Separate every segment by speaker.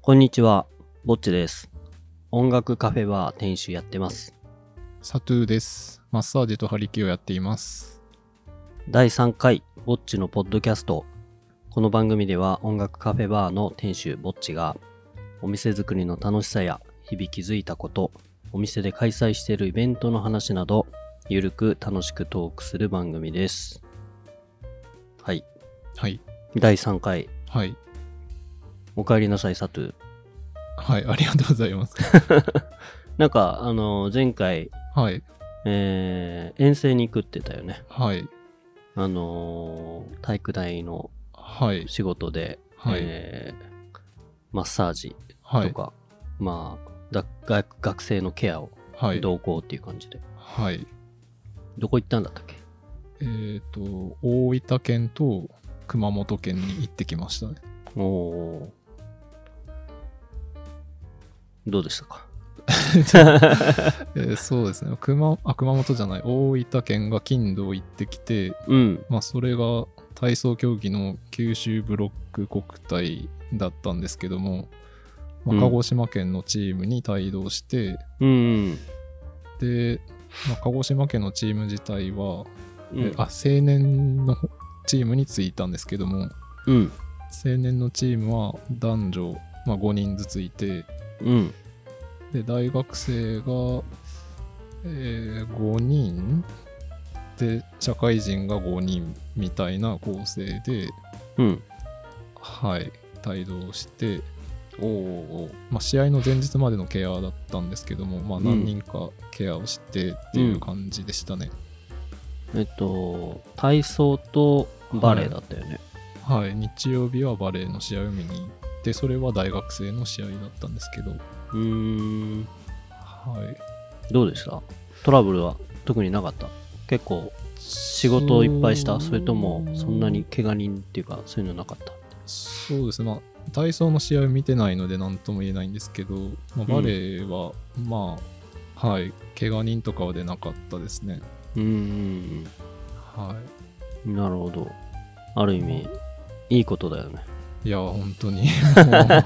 Speaker 1: こんにちは、ぼっちです。音楽カフェバー店主やってます。
Speaker 2: サトゥーです。マッサージと張り気をやっています。
Speaker 1: 第3回、ぼっちのポッドキャスト。この番組では音楽カフェバーの店主ぼっちが、お店作りの楽しさや、日々気づいたこと、お店で開催しているイベントの話など、ゆるく楽しくトークする番組です。はい。
Speaker 2: はい。
Speaker 1: 第3回、
Speaker 2: はい。
Speaker 1: お帰りなさい、サトゥ。
Speaker 2: はい。ありがとうござ います。
Speaker 1: なんか、あの、前回、
Speaker 2: はい。
Speaker 1: えー、遠征に行くって言ったよね。
Speaker 2: はい。
Speaker 1: あのー体育大の
Speaker 2: はい。
Speaker 1: 仕事で、
Speaker 2: はい
Speaker 1: えーマッサージ
Speaker 2: は
Speaker 1: と
Speaker 2: い。
Speaker 1: か、まあだ学、学生のケアを
Speaker 2: はい。
Speaker 1: 同行っていう感じで、
Speaker 2: はい。
Speaker 1: どこ行ったんだったっけ
Speaker 2: えっ、と、大分県と熊本県に行ってきましたね。
Speaker 1: おおーどうでしたか
Speaker 2: えーそうですね。熊、あ、熊本じゃない。大分県が金土行ってきて、
Speaker 1: うん
Speaker 2: まあ、それが体操競技の九州ブロック国体だったんですけども、ま
Speaker 1: うん
Speaker 2: あ、鹿児島県のチームに帯同して、
Speaker 1: うんうん
Speaker 2: で、まあ、鹿児島県のチーム自体は、
Speaker 1: う
Speaker 2: え
Speaker 1: ん
Speaker 2: あ青年のチームについたんですけども
Speaker 1: うん
Speaker 2: 青年のチームは男女、まあ、5人ずついて
Speaker 1: うん
Speaker 2: で大学生が、え5人で社会人が5人みたいな構成で
Speaker 1: うん
Speaker 2: はい帯同して、
Speaker 1: おお
Speaker 2: まあ、試合の前日までのケアだったんですけども、まあ、何人かケアをしてっていう感じでしたね、
Speaker 1: えっと体操とバレエだったよね、
Speaker 2: はい日曜日はバレーの試合を見に行ってそれは大学生の試合だったんですけど
Speaker 1: うーん
Speaker 2: はい
Speaker 1: どうでしたトラブルは特になかった結構仕事をいっぱいしたそれともそんなに怪我人っていうかそういうのなかった
Speaker 2: そうですねまあ体操の試合を見てないので何とも言えないんですけど、まあ、バレーは、まあはい怪我人とかは出なかったですね
Speaker 1: うーん
Speaker 2: は
Speaker 1: なるほどある意味いいことだよね
Speaker 2: いいや本当に もうそれが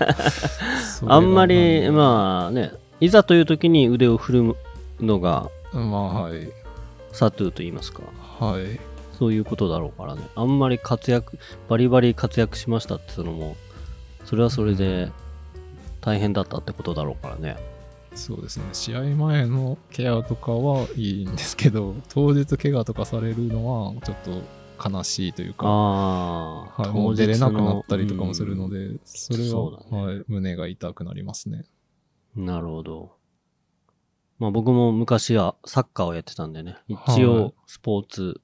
Speaker 1: あんまり
Speaker 2: 何
Speaker 1: まあねいざという時に腕を振るのが
Speaker 2: まあはい
Speaker 1: サトゥーと言いますか
Speaker 2: はい
Speaker 1: そういうことだろうからねあんまり活躍バリバリ活躍しましたっていうのもそれはそれで大変だったってことだろうからね
Speaker 2: そうですね試合前のケアとかはいいんですけど当日怪我とかされるのはちょっと悲しいというか
Speaker 1: ああ
Speaker 2: はい、もう出れなくなったりとかもするので、それ
Speaker 1: そう
Speaker 2: は
Speaker 1: だね
Speaker 2: はい、胸が痛くなりますね。
Speaker 1: なるほど。まあ僕も昔はサッカーをやってたんでね、一
Speaker 2: は
Speaker 1: 応
Speaker 2: い
Speaker 1: スポーツ、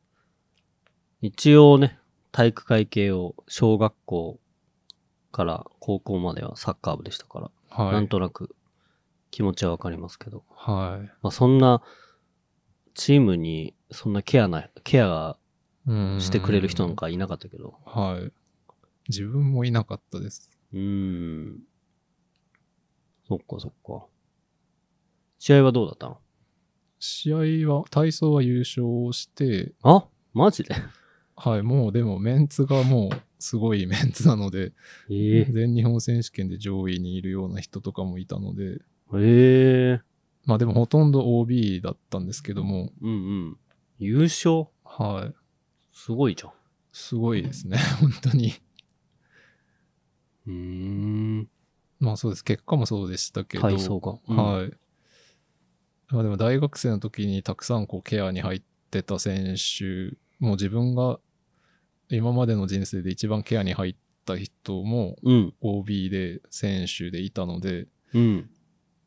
Speaker 1: 一応ね、体育会系を小学校から高校まではサッカー部でしたから、
Speaker 2: はい。
Speaker 1: なんとなく気持ちはわかりますけど、
Speaker 2: はい。
Speaker 1: まあそんなチームにそんなケアな、ケア
Speaker 2: うーん
Speaker 1: してくれる人なん。かいなかったけど、
Speaker 2: はい。自分もいなかったです。
Speaker 1: うーん。そっかそっか。試合はどうだったの
Speaker 2: 試合は、体操は優勝して、
Speaker 1: あマジで
Speaker 2: はい、もうでもメンツがもうすごいメンツなので、
Speaker 1: え
Speaker 2: 全日本選手権で上位にいるような人とかもいたので、
Speaker 1: ええ
Speaker 2: まあでもほとんど OB だったんですけども、
Speaker 1: うんうん。優勝
Speaker 2: はい。
Speaker 1: すごいじゃん。
Speaker 2: すごいですね、 本当に。
Speaker 1: うーん。
Speaker 2: まあそうです、結果もそうでしたけど、
Speaker 1: 体操が。うん
Speaker 2: はい。まあでも大学生の時にたくさんこうケアに入ってた選手、もう自分が今までの人生で一番ケアに入った人も
Speaker 1: うん。
Speaker 2: OB で選手でいたので、
Speaker 1: うん。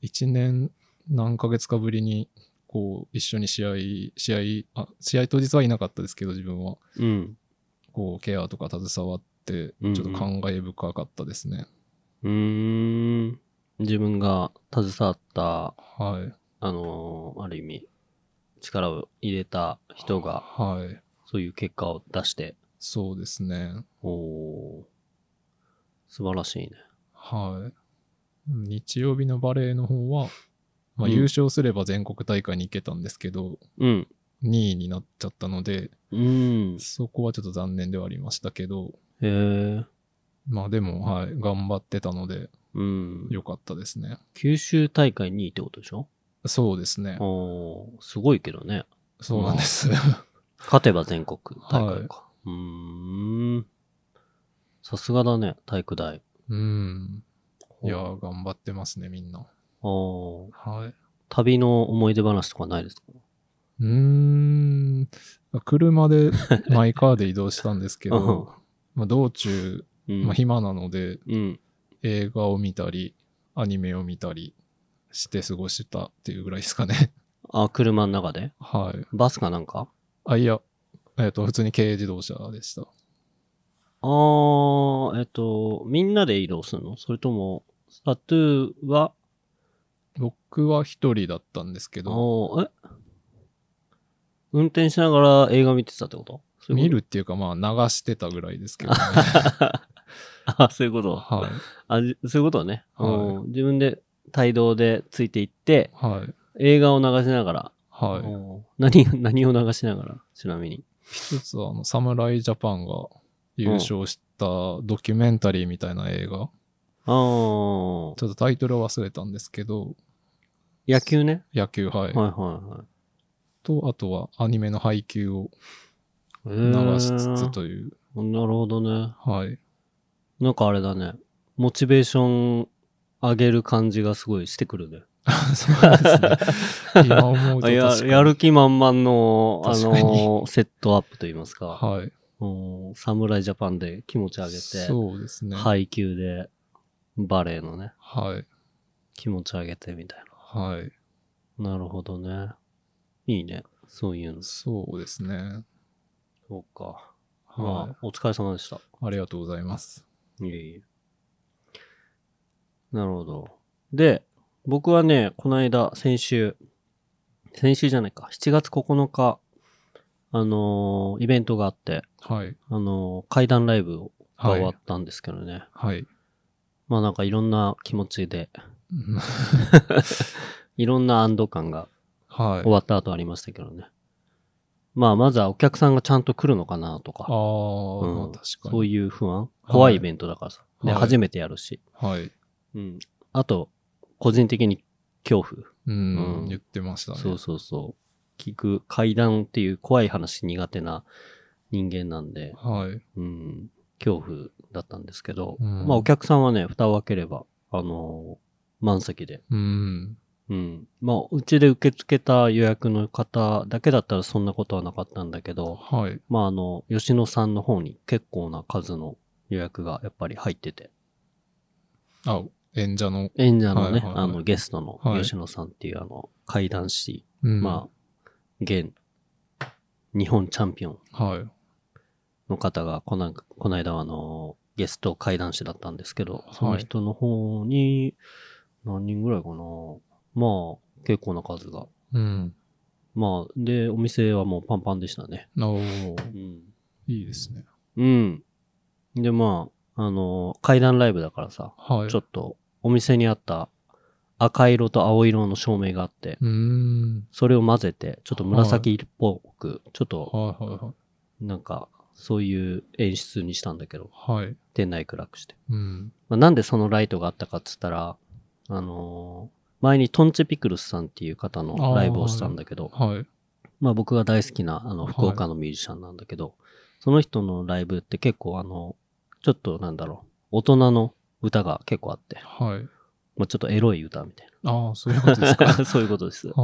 Speaker 2: 1年何ヶ月かぶりにこう一緒に試合、試合、あ、試合当日はいなかったですけど自分は、
Speaker 1: うん。
Speaker 2: こうケアとか携わって、ち
Speaker 1: うんう
Speaker 2: ょ
Speaker 1: ん
Speaker 2: っと感慨深かったですね。
Speaker 1: うーん。自分が携わった、
Speaker 2: はい。
Speaker 1: あのーある意味、力を入れた人が、
Speaker 2: はい。
Speaker 1: そういう結果を出して、
Speaker 2: そうですね。
Speaker 1: おー素晴らしいね。
Speaker 2: はい。日曜日のバレーの方は、まあ、
Speaker 1: うん
Speaker 2: 優勝すれば全国大会に行けたんですけど、
Speaker 1: うん。
Speaker 2: 2位になっちゃったので、
Speaker 1: うん。
Speaker 2: そこはちょっと残念ではありましたけど、
Speaker 1: へえ。
Speaker 2: まあでも、はい、頑張ってたので、
Speaker 1: うん。
Speaker 2: 良かったですね。
Speaker 1: 九州大会2位ってことでしょ
Speaker 2: そうですね。
Speaker 1: おーすごいけどね。
Speaker 2: そうなんです。
Speaker 1: 勝てば全国大会か。うーん。さすがだね、体育大。
Speaker 2: うん。いやー、頑張ってますね、みんな。
Speaker 1: おー
Speaker 2: はい。
Speaker 1: 旅の思い出話とかないですか
Speaker 2: うーん。車で、マイカーで移動したんです け
Speaker 1: うん
Speaker 2: ど、まあ道中、
Speaker 1: うん。
Speaker 2: まあ、暇なので、
Speaker 1: うん。
Speaker 2: 映画を見たり、アニメを見たりして過ごしたっていうぐらいですかね。
Speaker 1: あ、車の中で
Speaker 2: はい。
Speaker 1: バスかなんか
Speaker 2: あ、いや、えっ、と、普通に軽自動車でした。
Speaker 1: あー、えっと、みんなで移動するのそれとも、タトゥーは、
Speaker 2: 僕は一人だったんですけど、
Speaker 1: おーえ運転しながら映画見てたってことそうい
Speaker 2: 見
Speaker 1: うこ
Speaker 2: るっていうか、まあ、流してたぐらいで すけどね。
Speaker 1: と あ、そういうこと。
Speaker 2: はい。
Speaker 1: あ、じそういうことね。
Speaker 2: はい
Speaker 1: うん自分で、帯同でついていって、
Speaker 2: はい。
Speaker 1: 映画を流しながら。
Speaker 2: はい。
Speaker 1: うん何、何を流しながら、ちなみに。
Speaker 2: 一つは、あの、侍ジャパンが優勝したドキュメンタリーみたいな映画、
Speaker 1: あー、
Speaker 2: ちょっとタイトルを忘れたんですけど、
Speaker 1: 野球ね。
Speaker 2: 野球、は
Speaker 1: はい
Speaker 2: い。
Speaker 1: は
Speaker 2: と、あとはアニメの配給を
Speaker 1: いはい。
Speaker 2: 流しつつという、
Speaker 1: えーなるほどね。
Speaker 2: はい。
Speaker 1: なんかあれだね。モチベーション上げる感じがすごいしてくるね。
Speaker 2: そうです ね。今思うと
Speaker 1: あや
Speaker 2: 確かに
Speaker 1: やる気満々の、あ
Speaker 2: 確かに
Speaker 1: の、セットアップといいますか。
Speaker 2: はい。
Speaker 1: うん侍ジャパンで気持ち上げて、
Speaker 2: そうですね。はい。
Speaker 1: 配給でバレーのね、
Speaker 2: はい。
Speaker 1: 気持ち上げてみたい
Speaker 2: はい。
Speaker 1: な。なるほどね。いいね。そういうの。
Speaker 2: そうですね。
Speaker 1: そうか。
Speaker 2: は
Speaker 1: まあ、お疲れ様でした。
Speaker 2: い。ありがとうございます。
Speaker 1: いえいえ。なるほど。で、僕はね、この間、先週、先週じゃないか、7月9日、あのーイベントがあって、
Speaker 2: はい。
Speaker 1: あのー、階段ライブが
Speaker 2: は
Speaker 1: 終わ
Speaker 2: い
Speaker 1: っ。たんですけどね。
Speaker 2: はい。
Speaker 1: まあなんかいろんな気持ちで、
Speaker 2: うん
Speaker 1: いろんな安堵感が
Speaker 2: はい。
Speaker 1: 終わった後ありましたけどね。まあまずはお客さんがちゃんと来るのかなと
Speaker 2: あ
Speaker 1: か、
Speaker 2: あ、
Speaker 1: うん
Speaker 2: まあ確か
Speaker 1: そう
Speaker 2: に。
Speaker 1: いう不安
Speaker 2: い
Speaker 1: 怖いイベントだからさ。で、
Speaker 2: はい
Speaker 1: 初めてやるし。
Speaker 2: はい。
Speaker 1: うん。あと、個人的に恐怖。
Speaker 2: うん
Speaker 1: う、ん
Speaker 2: 言ってましたね。
Speaker 1: そうそうそう。聞く階段っていう怖い話苦手な人間なんで、
Speaker 2: はい。
Speaker 1: うん、恐怖だったんですけど、
Speaker 2: うん
Speaker 1: まあお客さんはね、蓋を開ければ、あのー満席で。
Speaker 2: うん。
Speaker 1: うん。まあ、うちで受け付けた予約の方だけだったらそんなことはなかったんだけど、
Speaker 2: はい。
Speaker 1: まああの、吉野さんの方に結構な数の予約がやっぱり入ってて、
Speaker 2: あ、演者の。
Speaker 1: 演者のね、
Speaker 2: はいはいはい
Speaker 1: あのゲストの
Speaker 2: はい
Speaker 1: 吉野さんっていうあの、怪談師、
Speaker 2: うん
Speaker 1: まあ、現、日本チャンピオン
Speaker 2: あ。はい。
Speaker 1: の方がこな、この間はあの、ゲスト怪談師だったんですけど、
Speaker 2: い
Speaker 1: その人の方に、何人ぐらいかなまあ、結構な数が。
Speaker 2: うん。
Speaker 1: まあ、で、お店はもうパンパンでしたね。
Speaker 2: おー
Speaker 1: うん。
Speaker 2: いいですね。
Speaker 1: うん。で、まあ、あの、怪談ライブだからさ、
Speaker 2: はい。
Speaker 1: ちょっとお店にあった赤色と青色の照明があって、
Speaker 2: うーん。
Speaker 1: それを混ぜて、ちょっと紫っぽく、ちょっと
Speaker 2: はいは
Speaker 1: なんか、そういう演出にしたんだけど、
Speaker 2: いはい。はい。
Speaker 1: 店内暗くして。
Speaker 2: うん。
Speaker 1: まあ、なんでそのライトがあったかっつったら、あのー前にトンチピクルスさんっていう方のライブをしたんだけど、
Speaker 2: はい。
Speaker 1: まあ僕が大好きなあの
Speaker 2: はい
Speaker 1: 福岡のミュージシャンなんだけど、その人のライブって結構あの、ちょっとなんだろう、大人の歌が結構あって、
Speaker 2: はい。
Speaker 1: まあちょっとエロい歌みたい
Speaker 2: ああ、そういうことです か。
Speaker 1: な。そういうことです。
Speaker 2: あ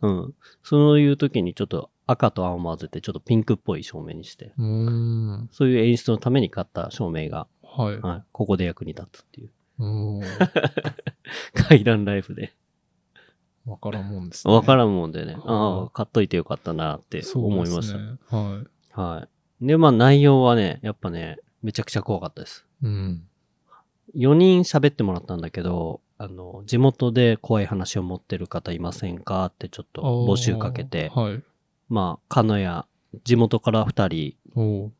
Speaker 2: あ。
Speaker 1: うん。そういう時にちょっと赤と青混ぜて、ちょっとピンクっぽい照明にして、
Speaker 2: うーん。
Speaker 1: そういう演出のために買った照明が、
Speaker 2: はい。う
Speaker 1: はい、ここで役に立つっていう、
Speaker 2: ーん。
Speaker 1: 階段ライブで。
Speaker 2: わからんもんですね。
Speaker 1: わからんもんでね、あ
Speaker 2: は
Speaker 1: あ
Speaker 2: い、
Speaker 1: 買っといてよかったなって思いました。
Speaker 2: そうですね。は
Speaker 1: はい。で、まあ内容はね、やっぱね、めちゃくちゃ怖かったです。
Speaker 2: い。うん。
Speaker 1: 4人喋ってもらったんだけど、あの、地元で怖い話を持ってる方いませんかってちょっと募集かけて
Speaker 2: あ、ーはい。
Speaker 1: まあ、鹿屋、地元から2人、
Speaker 2: おお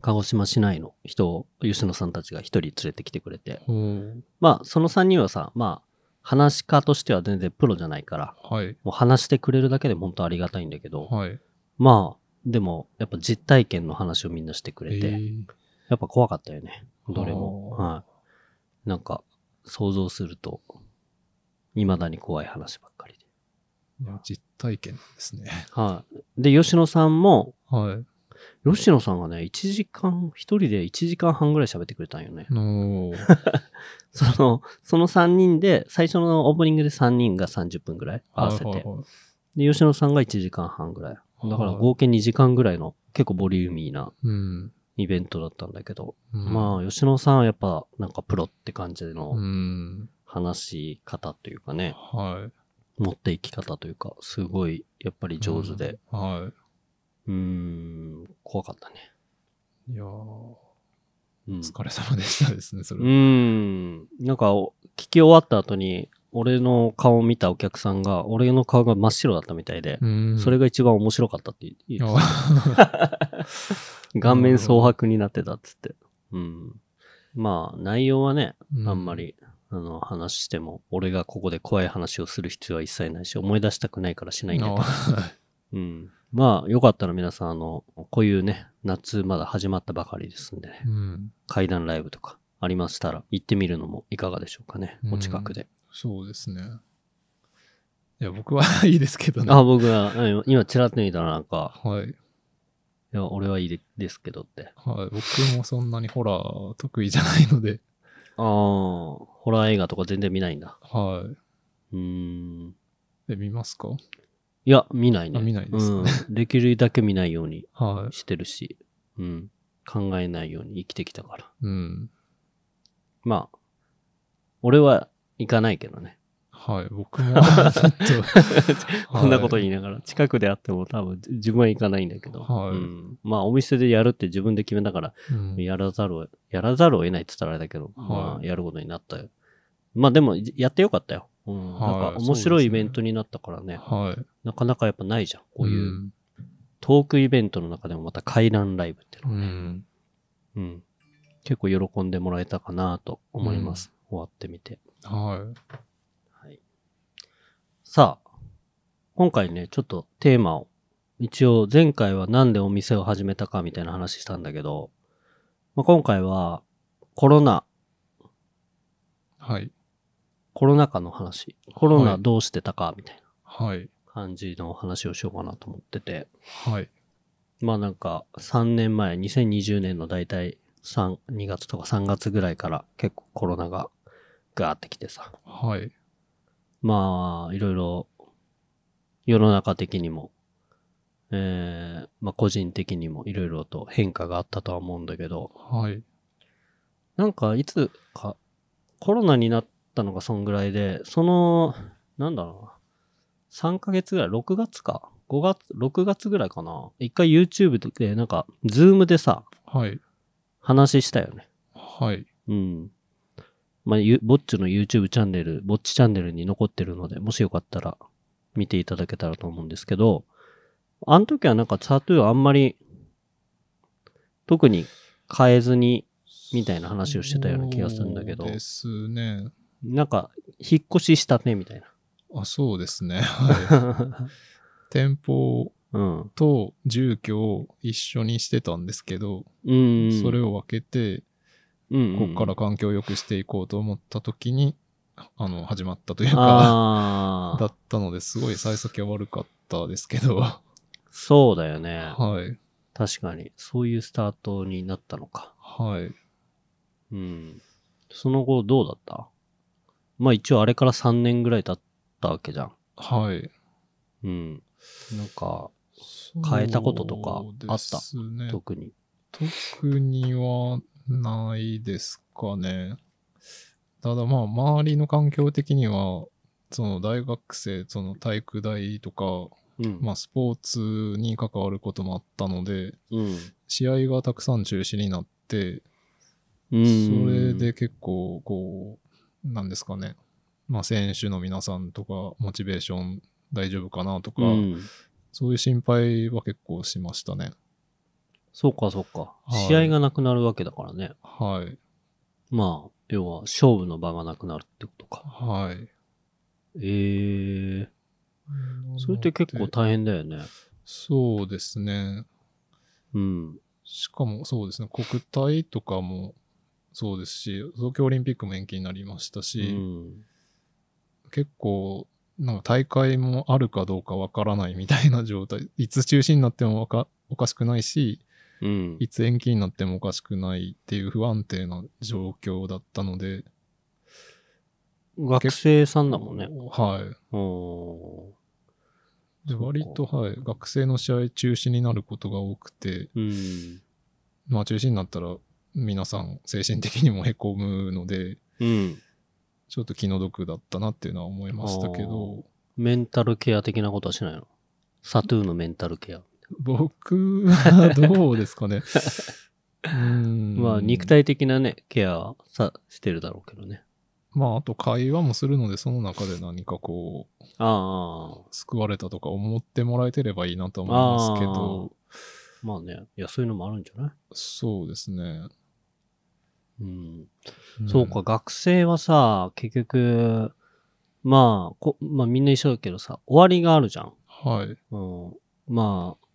Speaker 1: 鹿児島市内の人を吉野さんたちが1人連れてきてくれて、
Speaker 2: おー
Speaker 1: まあ、その3人はさ、まあ、話し家としては全然プロじゃないから、
Speaker 2: はい。
Speaker 1: もう話してくれるだけで本当ありがたいんだけど、
Speaker 2: はい。
Speaker 1: まあ、でも、やっぱ実体験の話をみんなしてくれて、
Speaker 2: えー
Speaker 1: やっぱ怖かったよね。どれも。
Speaker 2: あー
Speaker 1: はい。なんか、想像すると、未だに怖い話ばっかりで。
Speaker 2: いや実体験ですね。
Speaker 1: はい。で、吉野さんも、
Speaker 2: は
Speaker 1: 吉野さんがね、1時間、一人で1時間半ぐらい喋ってくれたんよね
Speaker 2: い。。の
Speaker 1: その、その3人で、最初のオープニングで3人が30分ぐらい合わせ
Speaker 2: はい
Speaker 1: て
Speaker 2: は。いはい
Speaker 1: で、吉野さんが1時間半ぐらい。だから合計2時間ぐらいの結構ボリューミーな
Speaker 2: うん。
Speaker 1: イベントだったんだけど、
Speaker 2: まあ、
Speaker 1: まあ、吉野さんはやっぱなんかプロって感じ
Speaker 2: う
Speaker 1: の
Speaker 2: ん。
Speaker 1: 話し方というかね、
Speaker 2: は
Speaker 1: 持っていき方というか、すごいやっぱり
Speaker 2: い。
Speaker 1: 上手で、
Speaker 2: うん。は
Speaker 1: うーん、怖かったね。
Speaker 2: い。いやーお
Speaker 1: うん。
Speaker 2: 疲れ様でしたですね、そうれは。
Speaker 1: ーん。なんか、お聞き終わった後に、俺の顔を見たお客さんが、俺の顔が真っ白だったみたいで、
Speaker 2: うん
Speaker 1: それが一番面白かったって言ってた
Speaker 2: あ
Speaker 1: 顔面蒼白になってたっつって。うん。まあ、内容はね、
Speaker 2: う
Speaker 1: あんま。り、あの、話しても、俺がここで怖い話をする必要は一切ないし、思い出したくないからしないんだけど。
Speaker 2: あ
Speaker 1: うん。まあ、よかったら皆さん、あの、こういうね、夏まだ始まったばかりですんでね、
Speaker 2: うん。
Speaker 1: 階段ライブとかありましたら、行ってみるのもいかがでしょうかね、お近くで。
Speaker 2: そうですね。いや、僕はいいですけどね。
Speaker 1: あ、僕は、うん今、ちらっと見たらなんか、
Speaker 2: はい。
Speaker 1: いや、俺はいいでですけどって。
Speaker 2: はい。僕もそんなにホラー得意じゃないので、
Speaker 1: ああ、ホラー映画とか全然見ないんだ。
Speaker 2: は
Speaker 1: うーん。
Speaker 2: い。え、見ますか
Speaker 1: いや、見ないね。
Speaker 2: あ見ないですか
Speaker 1: うん。できるだけ見ないように
Speaker 2: は
Speaker 1: してるし、うん。考えないように生きてきたから。
Speaker 2: い。うん。
Speaker 1: まあ、俺は行かないけどね。
Speaker 2: はい。僕も、ちょっと。
Speaker 1: こんなこと
Speaker 2: い
Speaker 1: 言いながら、近くであっても多分自分は行かないんだけど、
Speaker 2: はい
Speaker 1: うん、まあお店でやるって自分で決めたから、
Speaker 2: うん
Speaker 1: やらざるを、やらざるを得ないって言ったらあれだけど、
Speaker 2: はい
Speaker 1: まあやることになったよ。まあでも、やってよかったよ。うん、
Speaker 2: はい
Speaker 1: なんか面白いイベントになったからね、
Speaker 2: はい。
Speaker 1: なかなかやっぱないじゃん。こういううんトークイベントの中でもまた回覧ライブっていう
Speaker 2: う
Speaker 1: のはね、
Speaker 2: ん。
Speaker 1: うん、結構喜んでもらえたかなと思います。終わってみて。
Speaker 2: は
Speaker 1: はい。さあ、今回ね、ちょっとテーマを、一応前回はなんでお店を始めたかみたいな話したんだけど、まあ、今回はコロナ、
Speaker 2: い。はい。
Speaker 1: コロナ禍の話、コロナ
Speaker 2: はい
Speaker 1: どうしてたかみたいな
Speaker 2: はい。
Speaker 1: 感じのお話をしようかなと思ってて、
Speaker 2: はい。
Speaker 1: まあなんか3年前、2020年の大体3、2月とか3月ぐらいから結構コロナがガーってきてさ、
Speaker 2: はい。
Speaker 1: まあ、いろいろ、世の中的にも、えー、まあ個人的にもいろいろと変化があったとは思うんだけど、
Speaker 2: はい。
Speaker 1: なんかいつか、コロナになったのがそんぐらいで、その、なんだろうな、3ヶ月ぐらい、6月か、5月、6月ぐらいかな、一回 YouTube で、なんか、ズームでさ、
Speaker 2: はい。
Speaker 1: 話したよね。
Speaker 2: はい。
Speaker 1: うん。まあ、ゆぼっちの YouTube チャンネル、ぼっちチャンネルに残ってるので、もしよかったら見ていただけたらと思うんですけど、あの時はなんかチャートゥーあんまり、特に変えずに、みたいな話をしてたような気がするんだけど
Speaker 2: そうですね。
Speaker 1: なんか、引っ越ししたね、みたい
Speaker 2: あ、そうですね。 はい。
Speaker 1: な。
Speaker 2: 店舗
Speaker 1: うん。
Speaker 2: と住居を一緒にしてたんですけど、
Speaker 1: うん。
Speaker 2: それを分けて、
Speaker 1: うん、
Speaker 2: ここからら環境を良くしていこうと思った時に、あの、始まったというか、
Speaker 1: あ
Speaker 2: だ
Speaker 1: あ、
Speaker 2: ったのですごい幸先は悪かったですけど、は
Speaker 1: そうだよね。
Speaker 2: い。
Speaker 1: 確かに。そういうスタートになったのか。
Speaker 2: はい。
Speaker 1: うん。その後どうだったまあ一応あれから3年ぐらい経ったわけじゃん。
Speaker 2: はい。
Speaker 1: うん。なんか、変えたこととかあった
Speaker 2: そうですね
Speaker 1: 特に。
Speaker 2: 特にはないですかね。ただまあ、周りの環境的には、その大学生、その体育大とか、
Speaker 1: うん。
Speaker 2: まあスポーツに関わることもあったので、
Speaker 1: うん。
Speaker 2: 試合がたくさん中止になって、
Speaker 1: うん。
Speaker 2: それで結構、こう、なんですかね、まあ選手の皆さんとか、モチベーション大丈夫かなとか
Speaker 1: う、ん。
Speaker 2: そういう心配は結構しましたね。
Speaker 1: そうかそうか。
Speaker 2: はい
Speaker 1: 試合がなくなるわけだからね。
Speaker 2: はい。
Speaker 1: まあ、要は勝負の場がなくなるってことか。
Speaker 2: はい。
Speaker 1: ええー。それって結構大変だよね。
Speaker 2: そうですね。
Speaker 1: うん。
Speaker 2: しかもそうですね、国体とかもそうですし、東京オリンピックも延期になりましたし、
Speaker 1: うん。
Speaker 2: 結構、なんか大会もあるかどうかわからないみたいな状態。いつ中止になってもわかおかしくないし、
Speaker 1: うん。
Speaker 2: いつ延期になってもおかしくないっていう不安定な状況だったので。
Speaker 1: 学生さんだもんね。
Speaker 2: はい。
Speaker 1: お
Speaker 2: で
Speaker 1: そうか
Speaker 2: 割と、はい、学生の試合中止になることが多くて、
Speaker 1: ーうん。
Speaker 2: まあ中止になったら皆さん精神的にもへこむので、
Speaker 1: うん。
Speaker 2: ちょっと気の毒だったなっていうのは思いましたけど、
Speaker 1: メンタルケア的なことはしないのサトゥーのメンタルケア。
Speaker 2: 僕はどうです かね。うーん
Speaker 1: まあ、肉。体的なね、ケアはさ、してるだろうけどね。
Speaker 2: まあ、あと会話もするので、その中で何かこう、
Speaker 1: ああ、
Speaker 2: 救われたとか思ってもらえてればいいなと思いますけど、
Speaker 1: まあね。いや、そういうのもあるんじゃない
Speaker 2: そうですね。
Speaker 1: うん。
Speaker 2: ん
Speaker 1: そうか、。学生はさ、結局、まあ、こまあみんな一緒だけどさ、終わりがあるじゃん。
Speaker 2: はい。
Speaker 1: うん、まあ、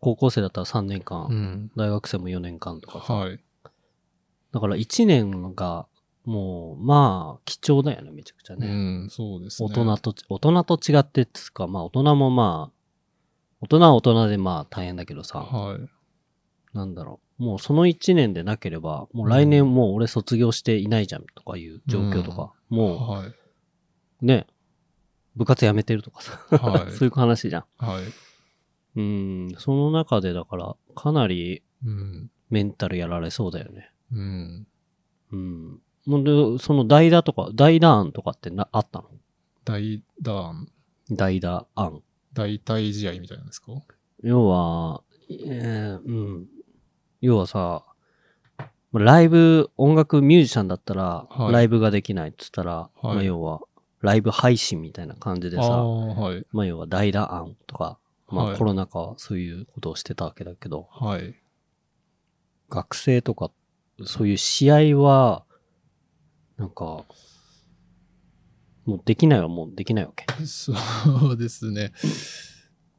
Speaker 1: 高校生だったら3年間、
Speaker 2: うん。
Speaker 1: 大学生も4年間とかさ。
Speaker 2: はい。
Speaker 1: だから1年が、もう、まあ、貴重だよね、めちゃくちゃ
Speaker 2: う
Speaker 1: ね。
Speaker 2: ん、そうですね。
Speaker 1: 大人と、大人と違ってっつうか、まあ大人もまあ、大人は大人でまあ大変だけどさ、
Speaker 2: はい。
Speaker 1: なんだろう。もうその1年でなければ、もう来年もう俺卒業していないじゃんとかいう状況とか、も
Speaker 2: は
Speaker 1: うね、部活辞めてるとかさ、
Speaker 2: い。は
Speaker 1: そういう話じゃん。
Speaker 2: い。はい。
Speaker 1: うん、その中でだから、かなり
Speaker 2: うん。
Speaker 1: メンタルやられそうだよね。
Speaker 2: うん。
Speaker 1: うん。ほんで、その代打とか、代打案とかってなあったの
Speaker 2: 大団、
Speaker 1: 代打案。
Speaker 2: 大体試合みたいなんですか
Speaker 1: 要は、えーうん。要はさ、ライブ、音楽ミュージシャンだったら、
Speaker 2: はい
Speaker 1: ライブができないっつったら、
Speaker 2: い
Speaker 1: まあ要は、ライブ配信みたいな感じで
Speaker 2: あ
Speaker 1: さ、
Speaker 2: あ、はい。
Speaker 1: まあ要は代打案とか、ま
Speaker 2: は
Speaker 1: あ
Speaker 2: い
Speaker 1: コロナ禍はそういうことをしてたわけだけど、
Speaker 2: はい。
Speaker 1: 学生とか、そういう試合は、なんか、もうできないはもうできないわけ。
Speaker 2: そうですね。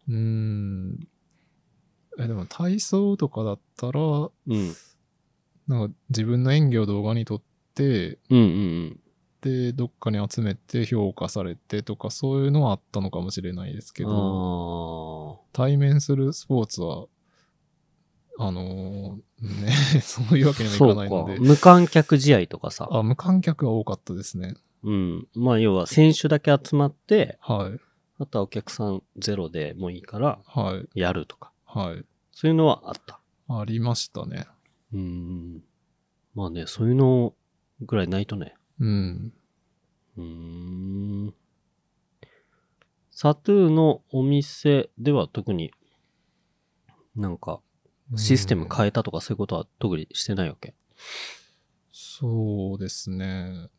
Speaker 2: うーん。え、でも体操とかだったら、
Speaker 1: うん。
Speaker 2: なんか自分の演技を動画に撮って、
Speaker 1: うんうん
Speaker 2: で、どっかに集めて評価されてとか、そういうのはあったのかもしれないですけ
Speaker 1: うん。
Speaker 2: ど、
Speaker 1: ああ。
Speaker 2: 対面するスポーツは、あのーね、 そういうわけにはい
Speaker 1: そ
Speaker 2: か
Speaker 1: う
Speaker 2: ないの
Speaker 1: か。
Speaker 2: で、
Speaker 1: 無観客試合とかさ。
Speaker 2: あ、無観客が多かったですね。
Speaker 1: うん。まあ、要は選手だけ集まって、
Speaker 2: はい、
Speaker 1: あとはお客さんゼロでもいいから
Speaker 2: はい、
Speaker 1: やるとか、
Speaker 2: はい。
Speaker 1: そういうのはあった。
Speaker 2: ありましたね。
Speaker 1: うん。まあね、そういうのぐらいないとね。
Speaker 2: うん。
Speaker 1: うーん。サトゥーのお店では特になんかシステム
Speaker 2: うん
Speaker 1: 変えたとかそういうことは特にしてないわけ。
Speaker 2: そうですね。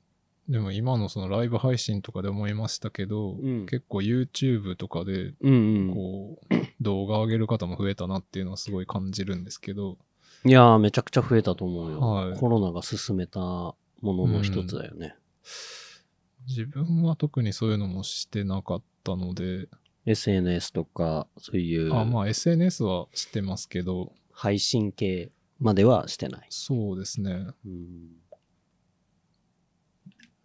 Speaker 2: でも今のそのライブ配信とかで思いましたけど、
Speaker 1: うん
Speaker 2: 結構 YouTube とかで
Speaker 1: うんうん。
Speaker 2: こ う、動画上げる方も増えたなっていうのはすごい感じるんですけど、
Speaker 1: いやーめちゃくちゃ増えたと思うよ。
Speaker 2: はい
Speaker 1: コロナが進めたものの一つだよね。
Speaker 2: 自分は特にそういうのもしてなかったので、
Speaker 1: SNS とか、そういう
Speaker 2: あまあ SNS はしてますけど、
Speaker 1: 配信系まではしてない。
Speaker 2: そうですね。
Speaker 1: うん、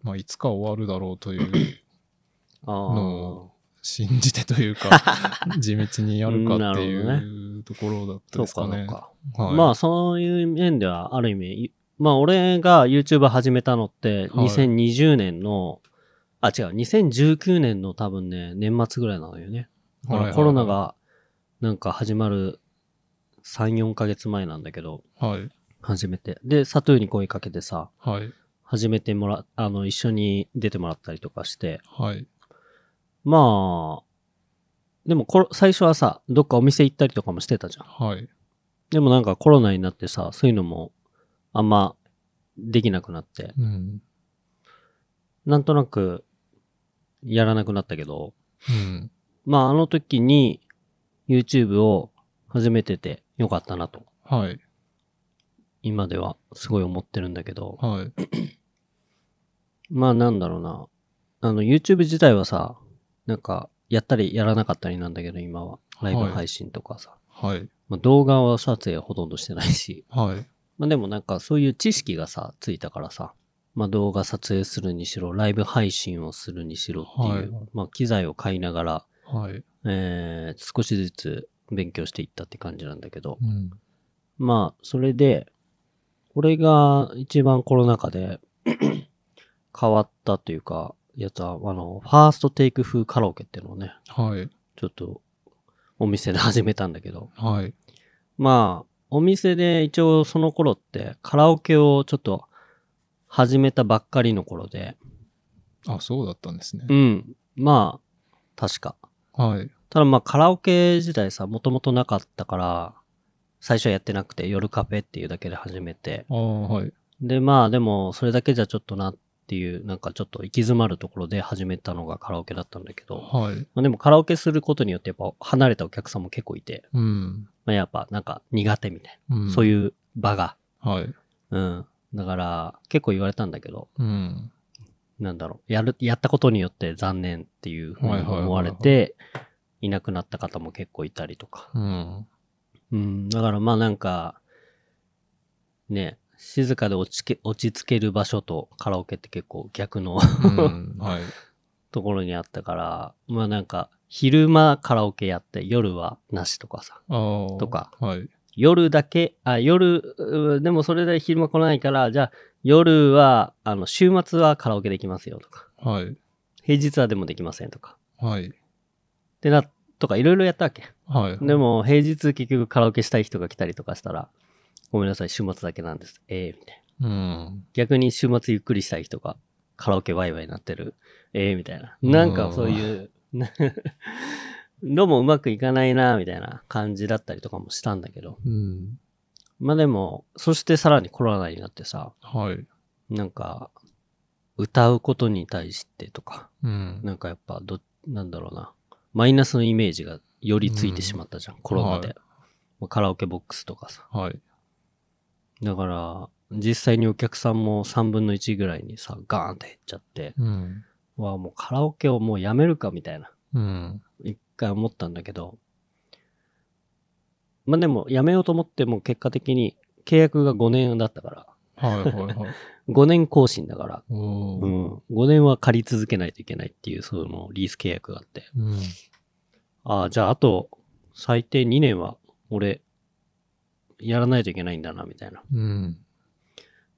Speaker 2: まあいつか終わるだろうという、
Speaker 1: ああ、
Speaker 2: の信じてとい うか、地道にやるかって
Speaker 1: うんなるほ
Speaker 2: いうところだった
Speaker 1: そう
Speaker 2: です
Speaker 1: か、
Speaker 2: か
Speaker 1: そう
Speaker 2: ね。
Speaker 1: か。
Speaker 2: はい
Speaker 1: まあ、そういう面では、ある意味、いまあ、俺が YouTuber 始めたのって、
Speaker 2: はい
Speaker 1: 2020年の、あ、違う、2019年の多分ね、年末ぐらいなのよね。だからコロナが、なんか始まる3、4ヶ月前なんだけど、
Speaker 2: はい、
Speaker 1: 始めて。で、サトゥーに声かけてさ、
Speaker 2: はい、
Speaker 1: 始めてもら、あの、一緒に出てもらったりとかして、
Speaker 2: はい、
Speaker 1: まあ、でもコロ最初はさ、どっかお店行ったりとかもしてたじゃん。
Speaker 2: はい。
Speaker 1: でもなんかコロナになってさ、そういうのもあんまできなくなって、
Speaker 2: うん。
Speaker 1: なんとなくやらなくなったけど、
Speaker 2: うん。
Speaker 1: まああの時に YouTube を始めててよかったなと、
Speaker 2: はい、
Speaker 1: 今ではすごい思ってるんだけど、
Speaker 2: はい、
Speaker 1: まあなんだろうな、あの YouTube 自体はさ、なんかやったりやらなかったりなんだけど今は、ライブ
Speaker 2: はい
Speaker 1: 配信とかさ、
Speaker 2: はい、
Speaker 1: まあ動画は撮影ほとんどしてないし、
Speaker 2: はい、
Speaker 1: まあでもなんかそういう知識がさ、ついたからさ、まあ動画撮影するにしろ、ライブ配信をするにしろっていう、
Speaker 2: はい
Speaker 1: まあ機材を買いながら、
Speaker 2: はい。
Speaker 1: えー少しずつ勉強していったって感じなんだけど、
Speaker 2: うん。
Speaker 1: まあそれで、これが一番コロナ禍で 変わったというか、やつは、あの、ファーストテイク風カラオケっていうのをね、
Speaker 2: はい。
Speaker 1: ちょっとお店で始めたんだけど、
Speaker 2: はい。
Speaker 1: まあ、お店で一応その頃ってカラオケをちょっと始めたばっかりの頃で、
Speaker 2: あ、そうだったんですね
Speaker 1: う。ん、まあ、確か。
Speaker 2: はい。
Speaker 1: ただまあカラオケ自体さ、もともとなかったから、最初はやってなくて夜カフェっていうだけで始めて、
Speaker 2: ああ、はい。
Speaker 1: でまあでもそれだけじゃちょっとなっていう、なんかちょっと行き詰まるところで始めたのがカラオケだったんだけど、
Speaker 2: はい。
Speaker 1: まあ、でもカラオケすることによってやっぱ離れたお客さんも結構いて、
Speaker 2: うん。
Speaker 1: まあやっぱなんか苦手みたい
Speaker 2: うん、
Speaker 1: な、そう
Speaker 2: う。
Speaker 1: いう場が
Speaker 2: はい。
Speaker 1: うん。だから、結構言われたんだけど、
Speaker 2: うん。
Speaker 1: なんだろう、やる、やったことによって残念っていうふうに
Speaker 2: はいはいはいはい
Speaker 1: 思われて、いなくなった方も結構いたりとか。
Speaker 2: うん。
Speaker 1: うん。だからまあなんか、ね、静かで落ちけ、落ち着ける場所とカラオケって結構逆の
Speaker 2: うん、はい。
Speaker 1: ところにあったから、まあなんか、昼間カラオケやって夜はなしとかさ。
Speaker 2: ああ。
Speaker 1: とか。
Speaker 2: はい。
Speaker 1: 夜だけ、あ、夜、うーでもそれで昼間来ないから、じゃあ夜は、あの、週末はカラオケできますよとか。
Speaker 2: はい。
Speaker 1: 平日はでもできませんとか。
Speaker 2: はい。
Speaker 1: でな、とかいろいろやったわけ。
Speaker 2: はい。
Speaker 1: でも平日結局カラオケしたい人が来たりとかしたら、ごめんなさい、週末だけなんです。ええみたいな。
Speaker 2: うん。
Speaker 1: 逆に週末ゆっくりしたい人がカラオケワイワイになってる。ええみたいな。なんかそういう、 どうもうまくいかないな、みたいな感じだったりとかもしたんだけど。
Speaker 2: うん。
Speaker 1: まあでも、そしてさらにコロナになってさ、
Speaker 2: はい。
Speaker 1: なんか、歌うことに対してとか、
Speaker 2: うん。
Speaker 1: なんかやっぱど、なんだろうな、マイナスのイメージがよりついてしまったじゃん、コロナで。
Speaker 2: はい
Speaker 1: まあカラオケボックスとかさ。
Speaker 2: はい。
Speaker 1: だから、実際にお客さんも3分の1ぐらいにさ、ガーンって減っちゃって、
Speaker 2: うん。
Speaker 1: わあ、もうカラオケをもうやめるかみたいな、
Speaker 2: うん。
Speaker 1: 一回思ったんだけど、まあでも、やめようと思っても結果的に契約が5年だったから、
Speaker 2: はいは いはい。
Speaker 1: 5年更新だから、
Speaker 2: お
Speaker 1: う
Speaker 2: ー。
Speaker 1: ん、5年は借り続けないといけないっていう、そのリース契約があって。
Speaker 2: うん。
Speaker 1: ああ、じゃああと、最低2年は、俺、やらないといけないんだな、みたいな。
Speaker 2: うん。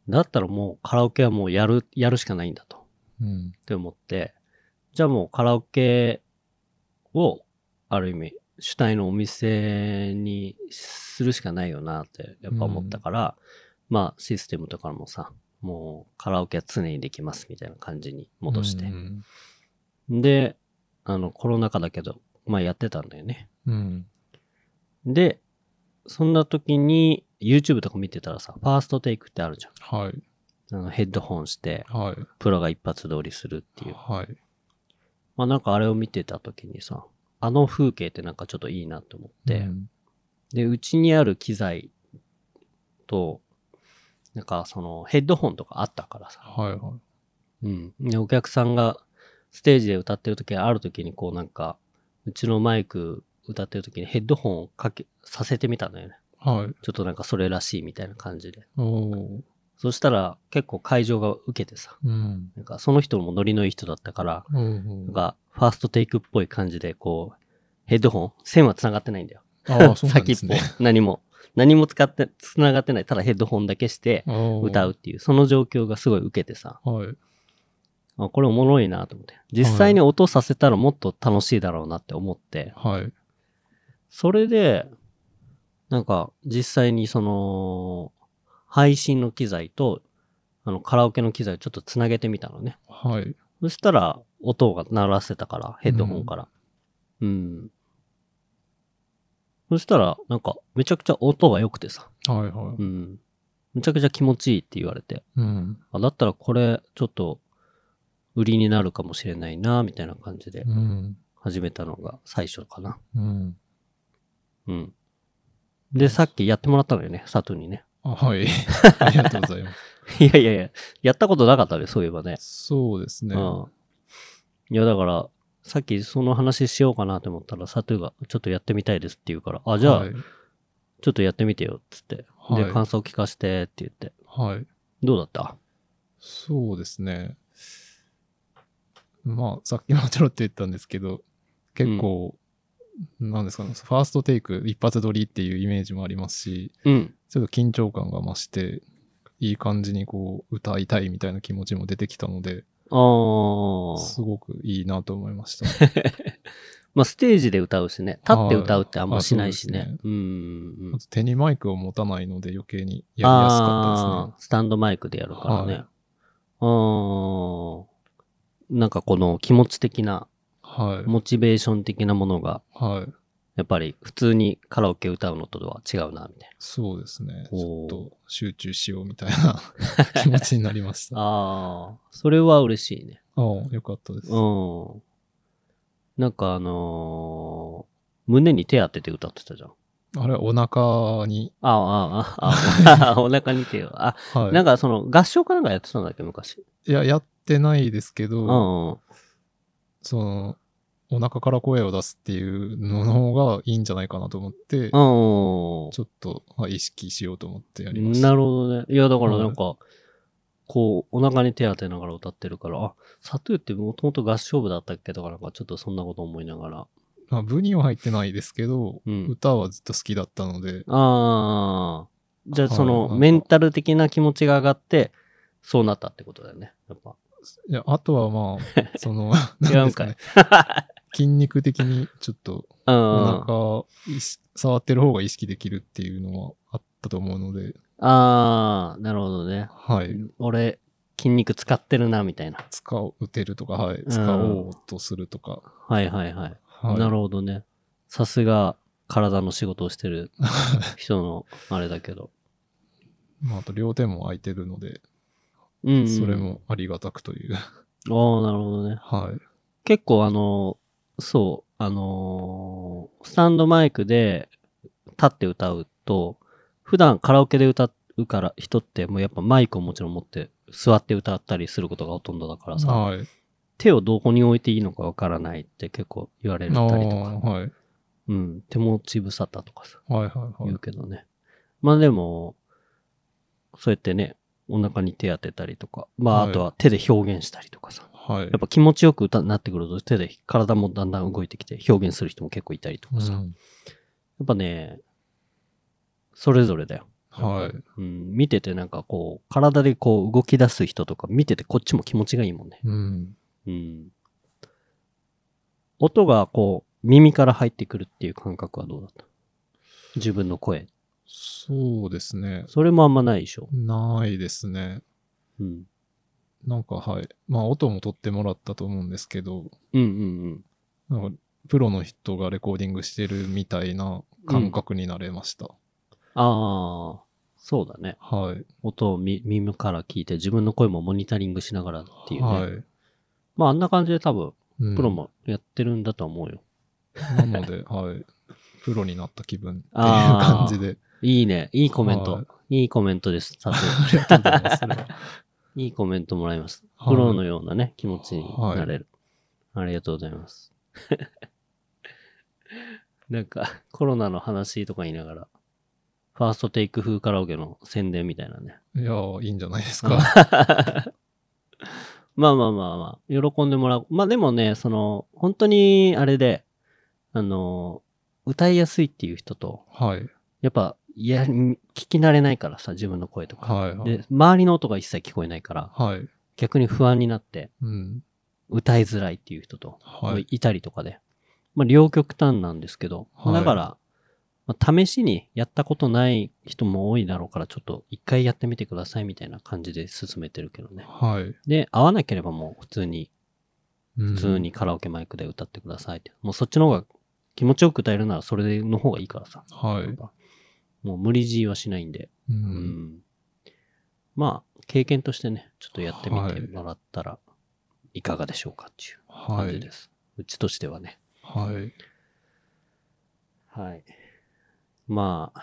Speaker 1: だったらもうカラオケはもうやる、やるしかないんだと。っ
Speaker 2: うん。
Speaker 1: て思って、じゃあもうカラオケを、ある意味、主体のお店にするしかないよなって、やっぱ思ったから、まあ、システムとかもさ、もうカラオケは常にできます、みたいな感じに戻して。
Speaker 2: うん。
Speaker 1: で、あの、コロナ禍だけど、まあやってたんだよね。
Speaker 2: うん。
Speaker 1: で、そんな時に YouTube とか見てたらさ、ファーストテイクってあるじゃ
Speaker 2: はい。
Speaker 1: ん。あのヘッドホンして、
Speaker 2: はい。
Speaker 1: プロが一発通りするっていう。
Speaker 2: はい。
Speaker 1: まあなんかあれを見てた時にさ、あの風景ってなんかちょっといいなと思って、
Speaker 2: うん
Speaker 1: で、うちにある機材と、なんかそのヘッドホンとかあったからさ、
Speaker 2: はいはい。
Speaker 1: うん。で、お客さんがステージで歌ってる時ある時にこうなんか、うちのマイク歌ってる時にヘッドホンをかけ、させてみたんだよね。
Speaker 2: はい。
Speaker 1: ちょっとなんかそれらしいみたいな感じで。
Speaker 2: おー。
Speaker 1: そしたら結構会場が受けてさ、
Speaker 2: うん。
Speaker 1: なんかその人もノリのいい人だったから、
Speaker 2: お
Speaker 1: なん
Speaker 2: ー。
Speaker 1: かファーストテイクっぽい感じでこう、ヘッドホン線は繋がってないんだよ。
Speaker 2: ああ、そうなん
Speaker 1: 先
Speaker 2: で
Speaker 1: っ
Speaker 2: す
Speaker 1: ぽ
Speaker 2: ね。。
Speaker 1: 何も。何も使って、繋がってない。ただヘッドホンだけして歌う
Speaker 2: う。
Speaker 1: っていう、その状況がすごい受けてさ、
Speaker 2: はい。
Speaker 1: あこれおもろいなと思って。実際に音させたらもっと楽しいだろうなって思って、
Speaker 2: はい。
Speaker 1: それで、なんか実際にその、配信の機材と、あの、カラオケの機材をちょっとつなげてみたのね。
Speaker 2: はい。
Speaker 1: そしたら、音が鳴らせたから、ヘッドホンから。うん。そしたら、なんか、めちゃくちゃ音が良くてさ。
Speaker 2: はいは
Speaker 1: うん。めちゃくちゃ気持ちいいって言われて。
Speaker 2: い。うん。
Speaker 1: あ、だったらこれ、ちょっと、売りになるかもしれないな、みたいな感じで
Speaker 2: うん。
Speaker 1: 始めたのが最初かな。
Speaker 2: うん。
Speaker 1: うん。で、さっきやってもらったのよね、佐藤にね。
Speaker 2: あはい。ありがとうございます。
Speaker 1: いやいやいや、やったことなかったね、そういえばね。
Speaker 2: そうですね。
Speaker 1: うん。いや、だから、さっきその話しようかなと思ったら、佐藤がちょっとやってみたいですって言うから、あ、じゃあ、
Speaker 2: はい
Speaker 1: ちょっとやってみてよ、つって。
Speaker 2: はい
Speaker 1: で、感想聞かせて、って言って。
Speaker 2: はい。
Speaker 1: どうだった
Speaker 2: そうですね。まあ、さっきもちょろっと言ったんですけど、結構、なんですかね、ファーストテイク、一発撮りっていうイメージもありますし、
Speaker 1: うん。
Speaker 2: ちょっと緊張感が増して、いい感じにこう、歌いたいみたいな気持ちも出てきたので、
Speaker 1: あー。
Speaker 2: すごくいいなと思いました。
Speaker 1: まあ、ステージで歌うしね。立って歌うってあんましないし
Speaker 2: はいあ
Speaker 1: ね
Speaker 2: そう。
Speaker 1: うんうんうん
Speaker 2: あ。と手にマイクを持たないので余計にやり
Speaker 1: あ
Speaker 2: やすか
Speaker 1: あースタンドマイクでやるからね。
Speaker 2: はい
Speaker 1: あーなんかこの気持ち的な、
Speaker 2: ったですね。
Speaker 1: モチベーション的なものが、
Speaker 2: はい。はい。
Speaker 1: やっぱり普通にカラオケ歌うのとは違うな、みたい
Speaker 2: そうですね。ちょ
Speaker 1: お
Speaker 2: っ
Speaker 1: ー
Speaker 2: と集中しようみたい な気持ちになりました。
Speaker 1: な。
Speaker 2: あ
Speaker 1: ああ、それは嬉しいね。
Speaker 2: あ、よかったです。
Speaker 1: うん。なんかあのー胸に手当てて歌ってたじゃん。
Speaker 2: あれ、お腹に、
Speaker 1: ああ、ああ、 ああ、お腹に手を。あ、
Speaker 2: はい。
Speaker 1: なんかその合唱かなんかやってたんだっけ、昔。
Speaker 2: いや、やってないですけ
Speaker 1: う
Speaker 2: ど、
Speaker 1: んうん。
Speaker 2: その、お腹から声を出すっていうのの方がいいんじゃないかなと思っ
Speaker 1: う
Speaker 2: て、
Speaker 1: ん。
Speaker 2: ちょっと、まあ意識しようと思ってやりました。
Speaker 1: なるほどね。いや、だからなんか、こう、お腹に手当てながら歌ってるから、あ、サトゥーってもともと合唱部だったっけとか、なんかちょっとそんなこと思いながら。
Speaker 2: まあ、部には入ってないですけど、
Speaker 1: うん
Speaker 2: 歌はずっと好きだったので、
Speaker 1: ああ。じゃあ、
Speaker 2: はい
Speaker 1: そ
Speaker 2: なん
Speaker 1: の、
Speaker 2: か
Speaker 1: メンタル的な気持ちが上がって、そうなったってことだよね。やっぱ。
Speaker 2: いやあとは まあ、その、
Speaker 1: 違
Speaker 2: なん
Speaker 1: う
Speaker 2: で
Speaker 1: ん
Speaker 2: す
Speaker 1: か
Speaker 2: かね
Speaker 1: い。。
Speaker 2: 筋肉的にちょっと
Speaker 1: う
Speaker 2: お
Speaker 1: ん。
Speaker 2: 腹を意識触ってる方が意識できるっていうのはあったと思うので、
Speaker 1: ああ、なるほどね。
Speaker 2: はい。
Speaker 1: 俺、筋肉使ってるな、みたいな。
Speaker 2: 使う、打てるとか、はい。
Speaker 1: ん
Speaker 2: 使おうとするとか。
Speaker 1: はいはいはい。
Speaker 2: はい。
Speaker 1: なるほどね。さすが、体の仕事をしてる人の、あれだけど。
Speaker 2: まあ、あと両手も空いてるので、
Speaker 1: うん、うん。
Speaker 2: それもありがたくという。
Speaker 1: ああ、なるほどね。
Speaker 2: はい。
Speaker 1: 結構あの、そう、あのースタンドマイクで立って歌うと、普段カラオケで歌うから、人ってもうやっぱマイクをもちろん持って、座って歌ったりすることがほとんどだからさ、
Speaker 2: はい。
Speaker 1: 手をどこに置いていいのかわからないって結構言われ
Speaker 2: ああ
Speaker 1: たりとか、
Speaker 2: はい。
Speaker 1: うん、手持ち無沙汰とかさ、
Speaker 2: はいはいは
Speaker 1: 言。
Speaker 2: いう
Speaker 1: けどね。まあでも、そうやってね、お腹に手当てたりとか、まあ
Speaker 2: はい
Speaker 1: あとは手で表現したりとかさ、
Speaker 2: はい
Speaker 1: やっ。ぱ気持ちよく歌になってくると手で体もだんだん動いてきて表現する人も結構いたりとか
Speaker 2: う
Speaker 1: さ、や
Speaker 2: ん
Speaker 1: っぱねそれぞれだよ、
Speaker 2: はい。
Speaker 1: うん、見ててなんかこう体でこう動き出す人とか見ててこっちも気持ちがいいもんね、
Speaker 2: うん。
Speaker 1: うん、音がこう耳から入ってくるっていう感覚はどうだった自分の声
Speaker 2: そうですね。
Speaker 1: それもあんまないでしょ、
Speaker 2: ないですね。
Speaker 1: うん、
Speaker 2: なんかはい。まあ音も取ってもらったと思うんですけど、
Speaker 1: うんうん
Speaker 2: なんかプロの人がレコーディングしてるみたいな感覚になれました。
Speaker 1: ああそうだね
Speaker 2: はい。
Speaker 1: 音をみ耳から聞いて自分の声もモニタリングしながらっていうね、
Speaker 2: はい。
Speaker 1: まああんな感じで多分、
Speaker 2: うん
Speaker 1: プロ。もやってるんだと思うよ。
Speaker 2: なので、はい。プロになった気分っていう
Speaker 1: あー
Speaker 2: 感じで。
Speaker 1: いいね。いいコメン
Speaker 2: は
Speaker 1: ト。いいコメントです。さて、
Speaker 2: ありがとうございます。それはい
Speaker 1: いコメントもらいました。
Speaker 2: はい
Speaker 1: プロのようなね、気持ちになれる。ありがとうございます。 なんか、コロナの話とか言いながら、ファーストテイク風カラオケの宣伝みたいなね。
Speaker 2: いやー、いいんじゃないです
Speaker 1: あ
Speaker 2: か。
Speaker 1: まあまあまあまあ、喜んでもらう。まあでもね、その、本当に、あれで、あの、歌いやすいっていう人と、
Speaker 2: はい。
Speaker 1: やっぱ、いや、聞き慣れないからさ、自分の声とか。
Speaker 2: はい。はい。
Speaker 1: で、周りの音が一切聞こえないから、
Speaker 2: はい。
Speaker 1: 逆に不安になって、
Speaker 2: うん。
Speaker 1: 歌いづらいっていう人と、
Speaker 2: はいい。、
Speaker 1: たりとかで。まあ、両極端なんですけど、
Speaker 2: はい
Speaker 1: だから、まあ、試しにやったことない人も多いだろうから、ちょっと一回やってみてくださいみたいな感じで進めてるけどね。
Speaker 2: はい。
Speaker 1: で、合わなければもう普通に、
Speaker 2: 普
Speaker 1: 普通。にカラオケマイクで歌ってくださいって。もうそっちの方が気持ちよく歌えるならそれの方がいいからさ。
Speaker 2: は
Speaker 1: やっ
Speaker 2: い。
Speaker 1: ぱもう無理強いはしないんで。
Speaker 2: う。
Speaker 1: うんんまあ、経験としてね、ちょっとやってみ
Speaker 2: は
Speaker 1: て
Speaker 2: い
Speaker 1: もらったらいかがでしょうかっていう
Speaker 2: は
Speaker 1: 感じ
Speaker 2: い
Speaker 1: で。す。うちとしてはね。
Speaker 2: はい。
Speaker 1: はい。まあ、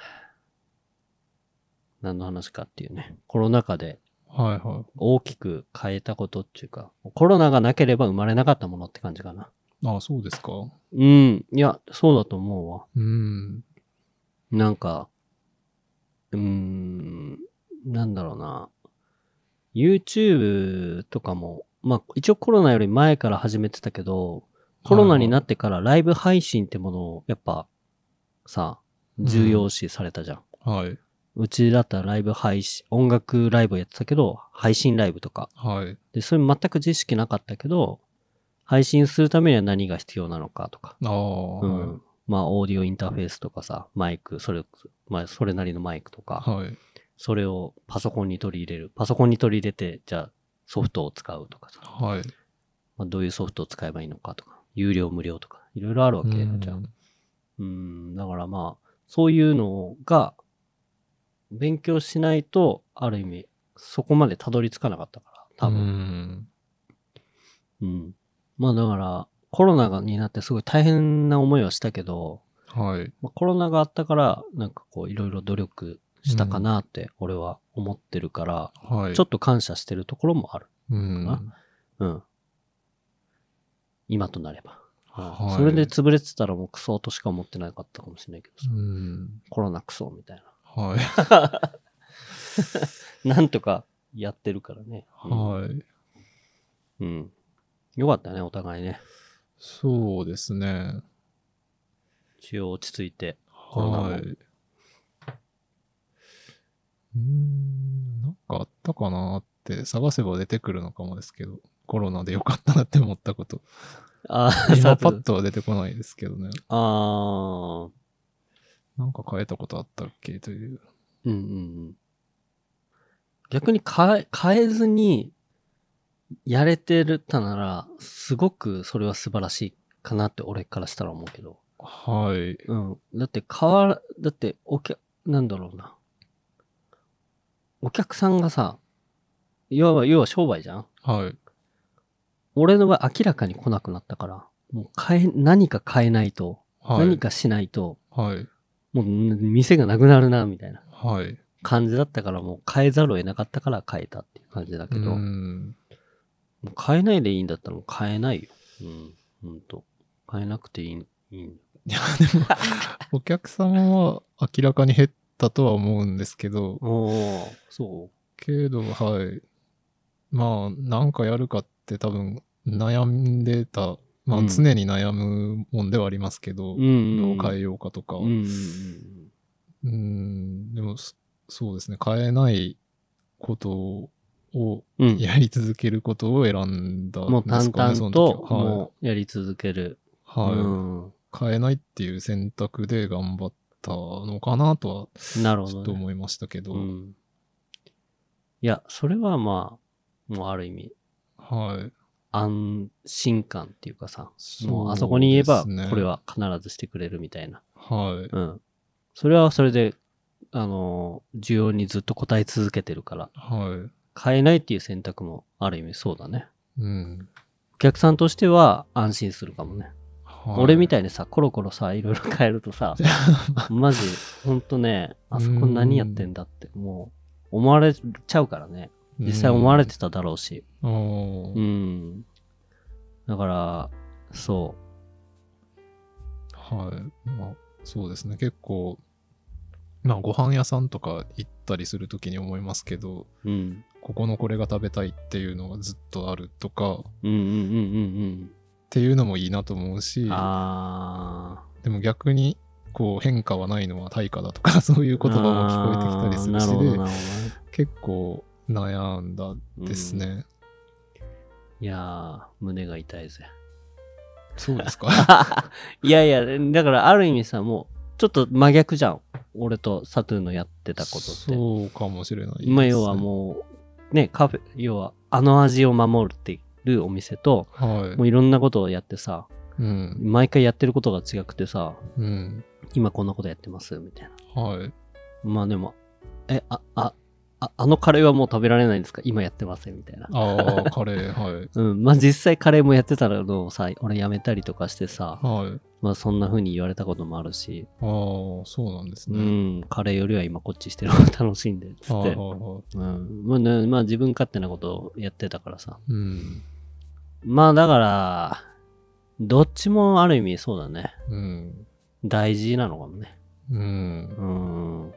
Speaker 1: 何の話かっていうね、コロナ禍で
Speaker 2: はい。は
Speaker 1: 大きく変えたことっていうか、コロナがなければ生まれなかったものって感じかな。
Speaker 2: い。ああ、そうですか。
Speaker 1: うん。いや、そうだと思うわ。
Speaker 2: うん。
Speaker 1: なんか、うーん、なんだろうな。YouTube とかも、まあ一応コロナより前から始めてたけど、コロナになってからライブ配信ってものをやっぱさ、重要視されたじゃん。
Speaker 2: はい。
Speaker 1: うちだったらライブ配信、音楽ライブやってたけど、配信ライブとか。
Speaker 2: はい。
Speaker 1: で、それ全く知識なかったけど、配信するためには何が必要なのかとか。
Speaker 2: ああ、
Speaker 1: うん。まあ、オーディオインターフェースとかさ、マイク、それ、まあ、それなりのマイクとか。
Speaker 2: はい。
Speaker 1: それをパソコンに取り入れる。パソコンに取り入れて、じゃあソフトを使うとかさ、
Speaker 2: はい。
Speaker 1: まあ、どういうソフトを使えばいいのかとか、有料無料とか、いろいろあるわけ
Speaker 2: うん
Speaker 1: じゃん。うん、だからまあ、そういうのが、勉強しないと、ある意味、そこまでたどり着かなかったから、多
Speaker 2: う
Speaker 1: 分。
Speaker 2: ん
Speaker 1: うん。まあだから、コロナがになってすごい大変な思いはしたけど、
Speaker 2: はい。
Speaker 1: まあ、コロナがあったから、なんかこう、いろいろ努力したかなって、俺は思ってるから、
Speaker 2: はい。
Speaker 1: ちょっと感謝してるところもある。
Speaker 2: うん。
Speaker 1: うん。今となれば。
Speaker 2: はい
Speaker 1: それで潰れてたらもうクソとしか思ってなかったかもしれないけどさ、
Speaker 2: うん。
Speaker 1: コロナクソみたい
Speaker 2: はい。
Speaker 1: な。なんとかやってるからね。うん
Speaker 2: はい。
Speaker 1: うん。よかったね、お互いね。
Speaker 2: そうですね。
Speaker 1: 一応落ち着いて。コロナも
Speaker 2: はい。うーん、なんかあったかなって探せば出てくるのかもですけど、コロナでよかったなって思っ たこと。
Speaker 1: あー
Speaker 2: 今
Speaker 1: さ
Speaker 2: パッとは出てこないですけどね。
Speaker 1: あー、
Speaker 2: なんか変えたことあったっけという。
Speaker 1: うんうんうん。逆に変え、変えずにやれてるたなら、すごくそれは素晴らしいかなって俺からしたら思うけど。
Speaker 2: はい。
Speaker 1: うん。だって変わら、だってお客、なんだろうな。お客さんがさ、要は、要は商売じゃん
Speaker 2: はい。
Speaker 1: 俺の場合明らかに来なくなったから、もう変え、何か変えないと、
Speaker 2: はい。
Speaker 1: 何かしないと、
Speaker 2: はい。
Speaker 1: もうん店がなくなるな、みたいな
Speaker 2: はい。
Speaker 1: 感じだったから、もう変えざるを得なかったから変えたっていう感じだけ
Speaker 2: う
Speaker 1: ど、も
Speaker 2: ん。
Speaker 1: う変えないでいいんだったらもう変えないよ。うん。ほんと。変えなくていい。いい
Speaker 2: いや、でも、お客様は明らかに減ったとは思うんですけど、
Speaker 1: おー、そ
Speaker 2: けど、はい。まあ、なんかやるかって多分、悩んでた、ま
Speaker 1: う
Speaker 2: あ、
Speaker 1: ん
Speaker 2: 常に悩むもんではありますけど、
Speaker 1: う。うん、
Speaker 2: どう変
Speaker 1: え
Speaker 2: えようかとか。
Speaker 1: うんうんうん。
Speaker 2: うんでも、そそうですね、変えないことを、
Speaker 1: うん。
Speaker 2: やり続けることを選んだんですかね、
Speaker 1: もう淡
Speaker 2: その
Speaker 1: 々と
Speaker 2: 時、は
Speaker 1: もうやり続ける。
Speaker 2: はい。は
Speaker 1: う
Speaker 2: い変えないっていう選択で頑張ったのかなと
Speaker 1: ん。なる
Speaker 2: は、
Speaker 1: ほ
Speaker 2: ち
Speaker 1: ど、
Speaker 2: ょっ
Speaker 1: ね。
Speaker 2: と思いましたけど、
Speaker 1: うん。いや、それはまあ、もうある意味、
Speaker 2: はい。
Speaker 1: 安心感っていうかさ、
Speaker 2: そう
Speaker 1: もうあそこに言えば、
Speaker 2: ですね
Speaker 1: これ。は必ずしてくれるみたいな。
Speaker 2: はい。
Speaker 1: うん。それはそれで、あのー、需要にずっと応え続けてるから、
Speaker 2: は
Speaker 1: 変えないっていう選択もある意味そうだね。
Speaker 2: い。うん。
Speaker 1: お客さんとしては安心するかもね。
Speaker 2: はい
Speaker 1: 俺みたいにさ、コロコロさ、いろいろ変えると さ、マジ、ほんとね、あそこ何やってんだって、もう、思われちゃうからね。実際思われてただろうし。
Speaker 2: うんお
Speaker 1: う
Speaker 2: ー
Speaker 1: ん。だから、そ
Speaker 2: はい、まあ、そうですね結構まあご飯屋さんとか行ったりするときに思いますけど
Speaker 1: う。うん。
Speaker 2: ここのこれが食べたいっていうのがずっとあるとかっ
Speaker 1: うんうんうんうん
Speaker 2: ていうのもいいなと思うし
Speaker 1: うん。あ
Speaker 2: でも逆にこう変化はないのは対価だとか そういう
Speaker 1: ー。
Speaker 2: 言葉も聞こえてきたりする
Speaker 1: あーなるほど、
Speaker 2: し
Speaker 1: な
Speaker 2: で
Speaker 1: るほ
Speaker 2: 結構悩んだ
Speaker 1: どね。
Speaker 2: です
Speaker 1: うん。
Speaker 2: ね、
Speaker 1: いやー、胸が痛いぜ。
Speaker 2: そうですか
Speaker 1: いやいや、だからある意味さ、もう、ちょっと真逆じゃん。俺とサトゥーのやってたことって。
Speaker 2: そうかもしれないですね
Speaker 1: まあ、要はもう、ね、カフェ、要は、あの味を守るっていうお店と、
Speaker 2: はい
Speaker 1: もういろんなことをやってさ、
Speaker 2: うん
Speaker 1: 毎回やってることが違くてさ、
Speaker 2: うん
Speaker 1: 今こんなことやってます、みたいな。
Speaker 2: はい
Speaker 1: まあでも、え、あ、あ、ああのカレーはもう食べられないんですか今やってません、みたいな。
Speaker 2: ああカレーはい
Speaker 1: うん、まあ実際カレーもやってたのをさ、俺やめたりとかしてさ、
Speaker 2: はい
Speaker 1: まあそんな風に言われたこともあるし、
Speaker 2: ああ、そうなんです
Speaker 1: う
Speaker 2: ね。
Speaker 1: ん、カレーよりは今こっちしてる方が 楽しんで、つっ
Speaker 2: はい
Speaker 1: て。
Speaker 2: はいはい。
Speaker 1: うん、まあね、まあ自分勝手なことをやってたからさ、
Speaker 2: うん。
Speaker 1: まあだから、どっちもある意味そうだね。
Speaker 2: うん。
Speaker 1: 大事なのかもね。
Speaker 2: うん。
Speaker 1: うん。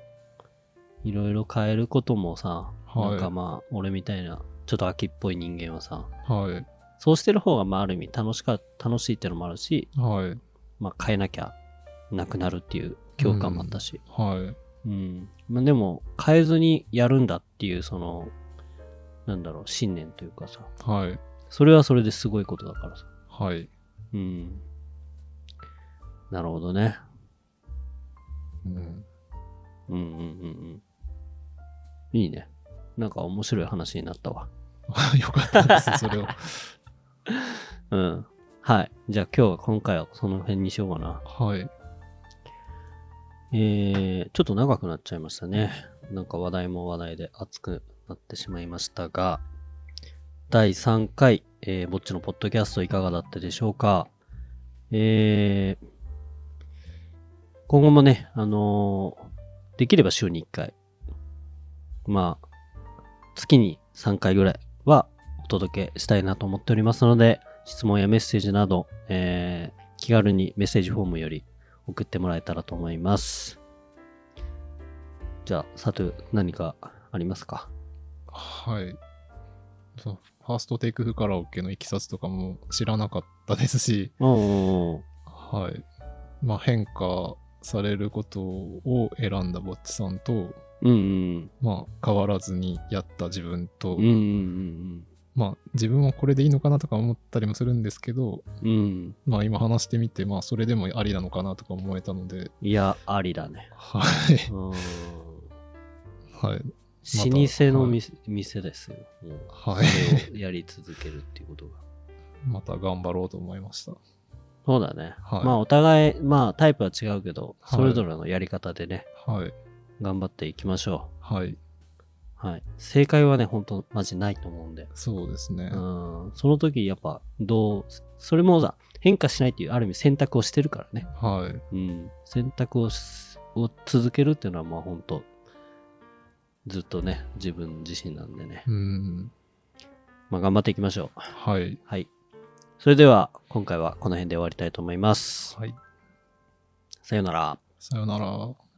Speaker 1: いろいろ変えることもさ、
Speaker 2: はい
Speaker 1: なんかまあ、俺みたいな、ちょっと秋っぽい人間はさ、
Speaker 2: はい。
Speaker 1: そうしてる方がまあ、ある意味楽しか、楽しいってのもあるし、
Speaker 2: はい。
Speaker 1: まあ、変えなきゃなくなるっていう共感もあったし、
Speaker 2: はい。
Speaker 1: うん。まあ、でも、変えずにやるんだっていう、その、なんだろう、信念というかさ、
Speaker 2: はい。
Speaker 1: それはそれですごいことだからさ。
Speaker 2: はい。
Speaker 1: うん。なるほどね。
Speaker 2: うん。
Speaker 1: うんうんうんうん。いいね。なんか面白い話になったわ。
Speaker 2: よかったです、それを。
Speaker 1: うん。はい。じゃあ今日は、今回はその辺にしようかな。
Speaker 2: はい。
Speaker 1: えー、ちょっと長くなっちゃいましたね。なんか話題も話題で熱くなってしまいましたが、第3回、えー、ぼっちのポッドキャストいかがだったでしょうか。えー、今後もね、あのーできれば週に1回、まあ、月に3回ぐらいはお届けしたいなと思っておりますので、質問やメッセージなど、えー、気軽にメッセージフォームより送ってもらえたらと思います。じゃあ、サトゥ、何かありますか
Speaker 2: はい。そのファーストテイクフカラオケのいきさつとかも知らなかったですし、
Speaker 1: うんうんうん。
Speaker 2: はい。まあ、変化されることを選んだぼっちさんと、
Speaker 1: うん
Speaker 2: まあ、変わらずにやった自分と、
Speaker 1: うん。うんうん
Speaker 2: まあ、自分はこれでいいのかなとか思ったりもするんですけど、
Speaker 1: うんうん。うん。
Speaker 2: まあ、今話してみて、まあ、それでもありなのかなとか思えたので、
Speaker 1: いや、ありだね。
Speaker 2: は
Speaker 1: う
Speaker 2: い。
Speaker 1: ん。老舗
Speaker 2: はい。
Speaker 1: の店,、店ですよ。もう
Speaker 2: はい
Speaker 1: それをやり続けるっていうことが。
Speaker 2: また頑張ろうと思いました。
Speaker 1: そうだね。
Speaker 2: はい
Speaker 1: まあ、お互い、まあ、タイプは違うけど、
Speaker 2: はい
Speaker 1: それぞれのやり方でね、
Speaker 2: はい。
Speaker 1: 頑張っていきましょ
Speaker 2: はい。
Speaker 1: う。はい。正解はね、本当マジないと思うんで。
Speaker 2: そうですね。
Speaker 1: うんその時やっぱどうそれもさ変化しないっていうある意味選択をしてるからね、
Speaker 2: はい。
Speaker 1: うん、選択をしを続けるっていうのはまあ本当ずっとね自分自身なんでね、
Speaker 2: うん。
Speaker 1: まあ、頑張っていきましょう
Speaker 2: はい。
Speaker 1: はいそれでは今回はこの辺で終わりたいと思います
Speaker 2: はい。
Speaker 1: さようなら
Speaker 2: さよなら。